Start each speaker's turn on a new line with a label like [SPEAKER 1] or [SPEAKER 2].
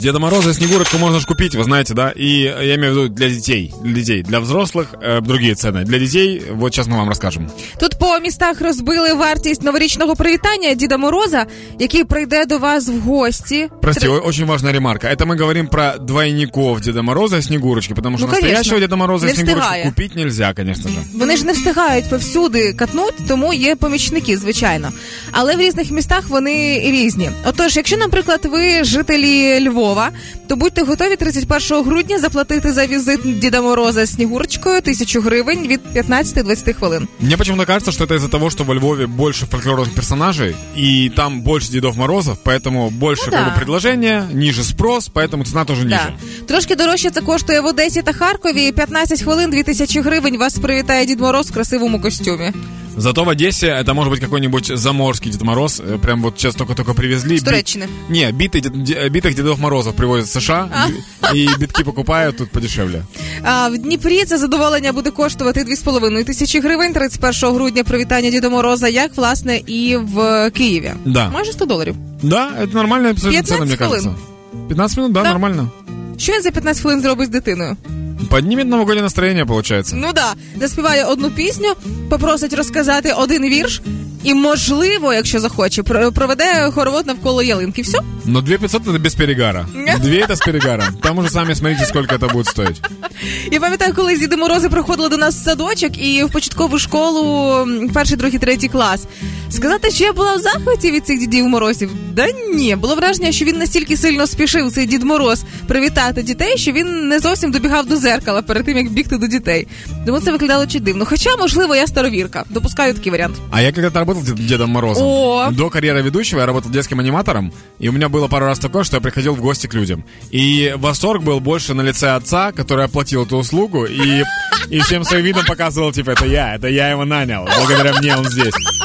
[SPEAKER 1] Деда Мороза и Снегурочку можно же купить, вы знаете, да? И э, я имею в виду для детей. Для детей. Для взрослых э, другие цены. Для детей, вот сейчас мы вам расскажем.
[SPEAKER 2] Тут по містах розбили вартість новорічного привітання Діда Мороза, який прийде до вас в гості.
[SPEAKER 1] Прости,
[SPEAKER 2] Тр-
[SPEAKER 1] о- очень важная ремарка. Это мы говорим про двойников Деда Мороза и Снегурочки, потому что
[SPEAKER 2] Ну, конечно.
[SPEAKER 1] настоящего Деда Мороза и
[SPEAKER 2] Не
[SPEAKER 1] Снегурочку
[SPEAKER 2] встигає.
[SPEAKER 1] купить нельзя, конечно же.
[SPEAKER 2] Вони ж не встигають повсюди катнути, тому є помічники, звичайно. Але в різних містах вони різні. Отож, якщо, наприклад, ви жителі Львова, то будьте готові 31 грудня заплатити за візит Діда Мороза з Снігурочкою тисячу гривень від 15-20 хвилин.
[SPEAKER 1] Мне почему-то кажется, что это из-за того, что во Львове больше фольклорных персонажей, и там больше Дедов Морозов, поэтому больше
[SPEAKER 2] Ну
[SPEAKER 1] как
[SPEAKER 2] да.
[SPEAKER 1] бы, предложения, ниже спрос, поэтому цена тоже ниже.
[SPEAKER 2] Да. Трошки дорожче це коштує в Одесі та Харкові. 15 хвилин 2000 гривень вас привітає Дід Мороз в красивому костюмі.
[SPEAKER 1] Зато в Одессе это может быть какой-нибудь заморский Дед Мороз, э, прям вот сейчас только-только привезли.
[SPEAKER 2] З Туреччини.
[SPEAKER 1] Би- Не, битый Дед- де- битых Дедов Морозов привозят с США, и и битки покупают тут подешевле.
[SPEAKER 2] А в Дніпрі це задоволення буде коштувати 2,5 тисячі гривень. 31 грудня привітання Діда Мороза, як власне і в Києві.
[SPEAKER 1] Да.
[SPEAKER 2] Майже 100 доларів.
[SPEAKER 1] Да, это нормальная абсолютно цена,
[SPEAKER 2] 15
[SPEAKER 1] мне кажется. 15 минут, да,
[SPEAKER 2] Да.
[SPEAKER 1] нормально.
[SPEAKER 2] Що він за 15 хвилин зробить з дитиною?
[SPEAKER 1] Поднимет новогоднее настроение, получается.
[SPEAKER 2] Ну да, заспіває одну пісню, попросить розказати один вірш, і можливо, якщо захоче, про- проведе хоровод навколо ялинки. Все?
[SPEAKER 1] Но 2500 это без перегара. Две это с перегаром. Там уже сами смотрите, сколько это будет стоить.
[SPEAKER 2] Я пам'ятаю, коли Діди Морози приходили до нас в садочок і в початкову школу, м, перший, другий, третій клас. Сказати, що я була в захваті від цих дідів морозів? Да ні, було враження, що він настільки сильно спішив цей дід Мороз привітати дітей, що він не зовсім добігав до зеркала перед тим, як бігти до дітей. Тому це виглядало чи дивно. Хоча, можливо, я старовірка. Допускаю такий варіант.
[SPEAKER 1] А я когда-то работал Дед- Дедом Морозом.
[SPEAKER 2] О.
[SPEAKER 1] До карьеры ведущего я работал детским аниматором, и у меня было пару раз такое, что я приходил в гости к людям. І восторг был больше на лице отца, который оплатил эту услугу, и, и всем своим видом показывал, типа, это я, это я его нанял, благодаря мне он здесь.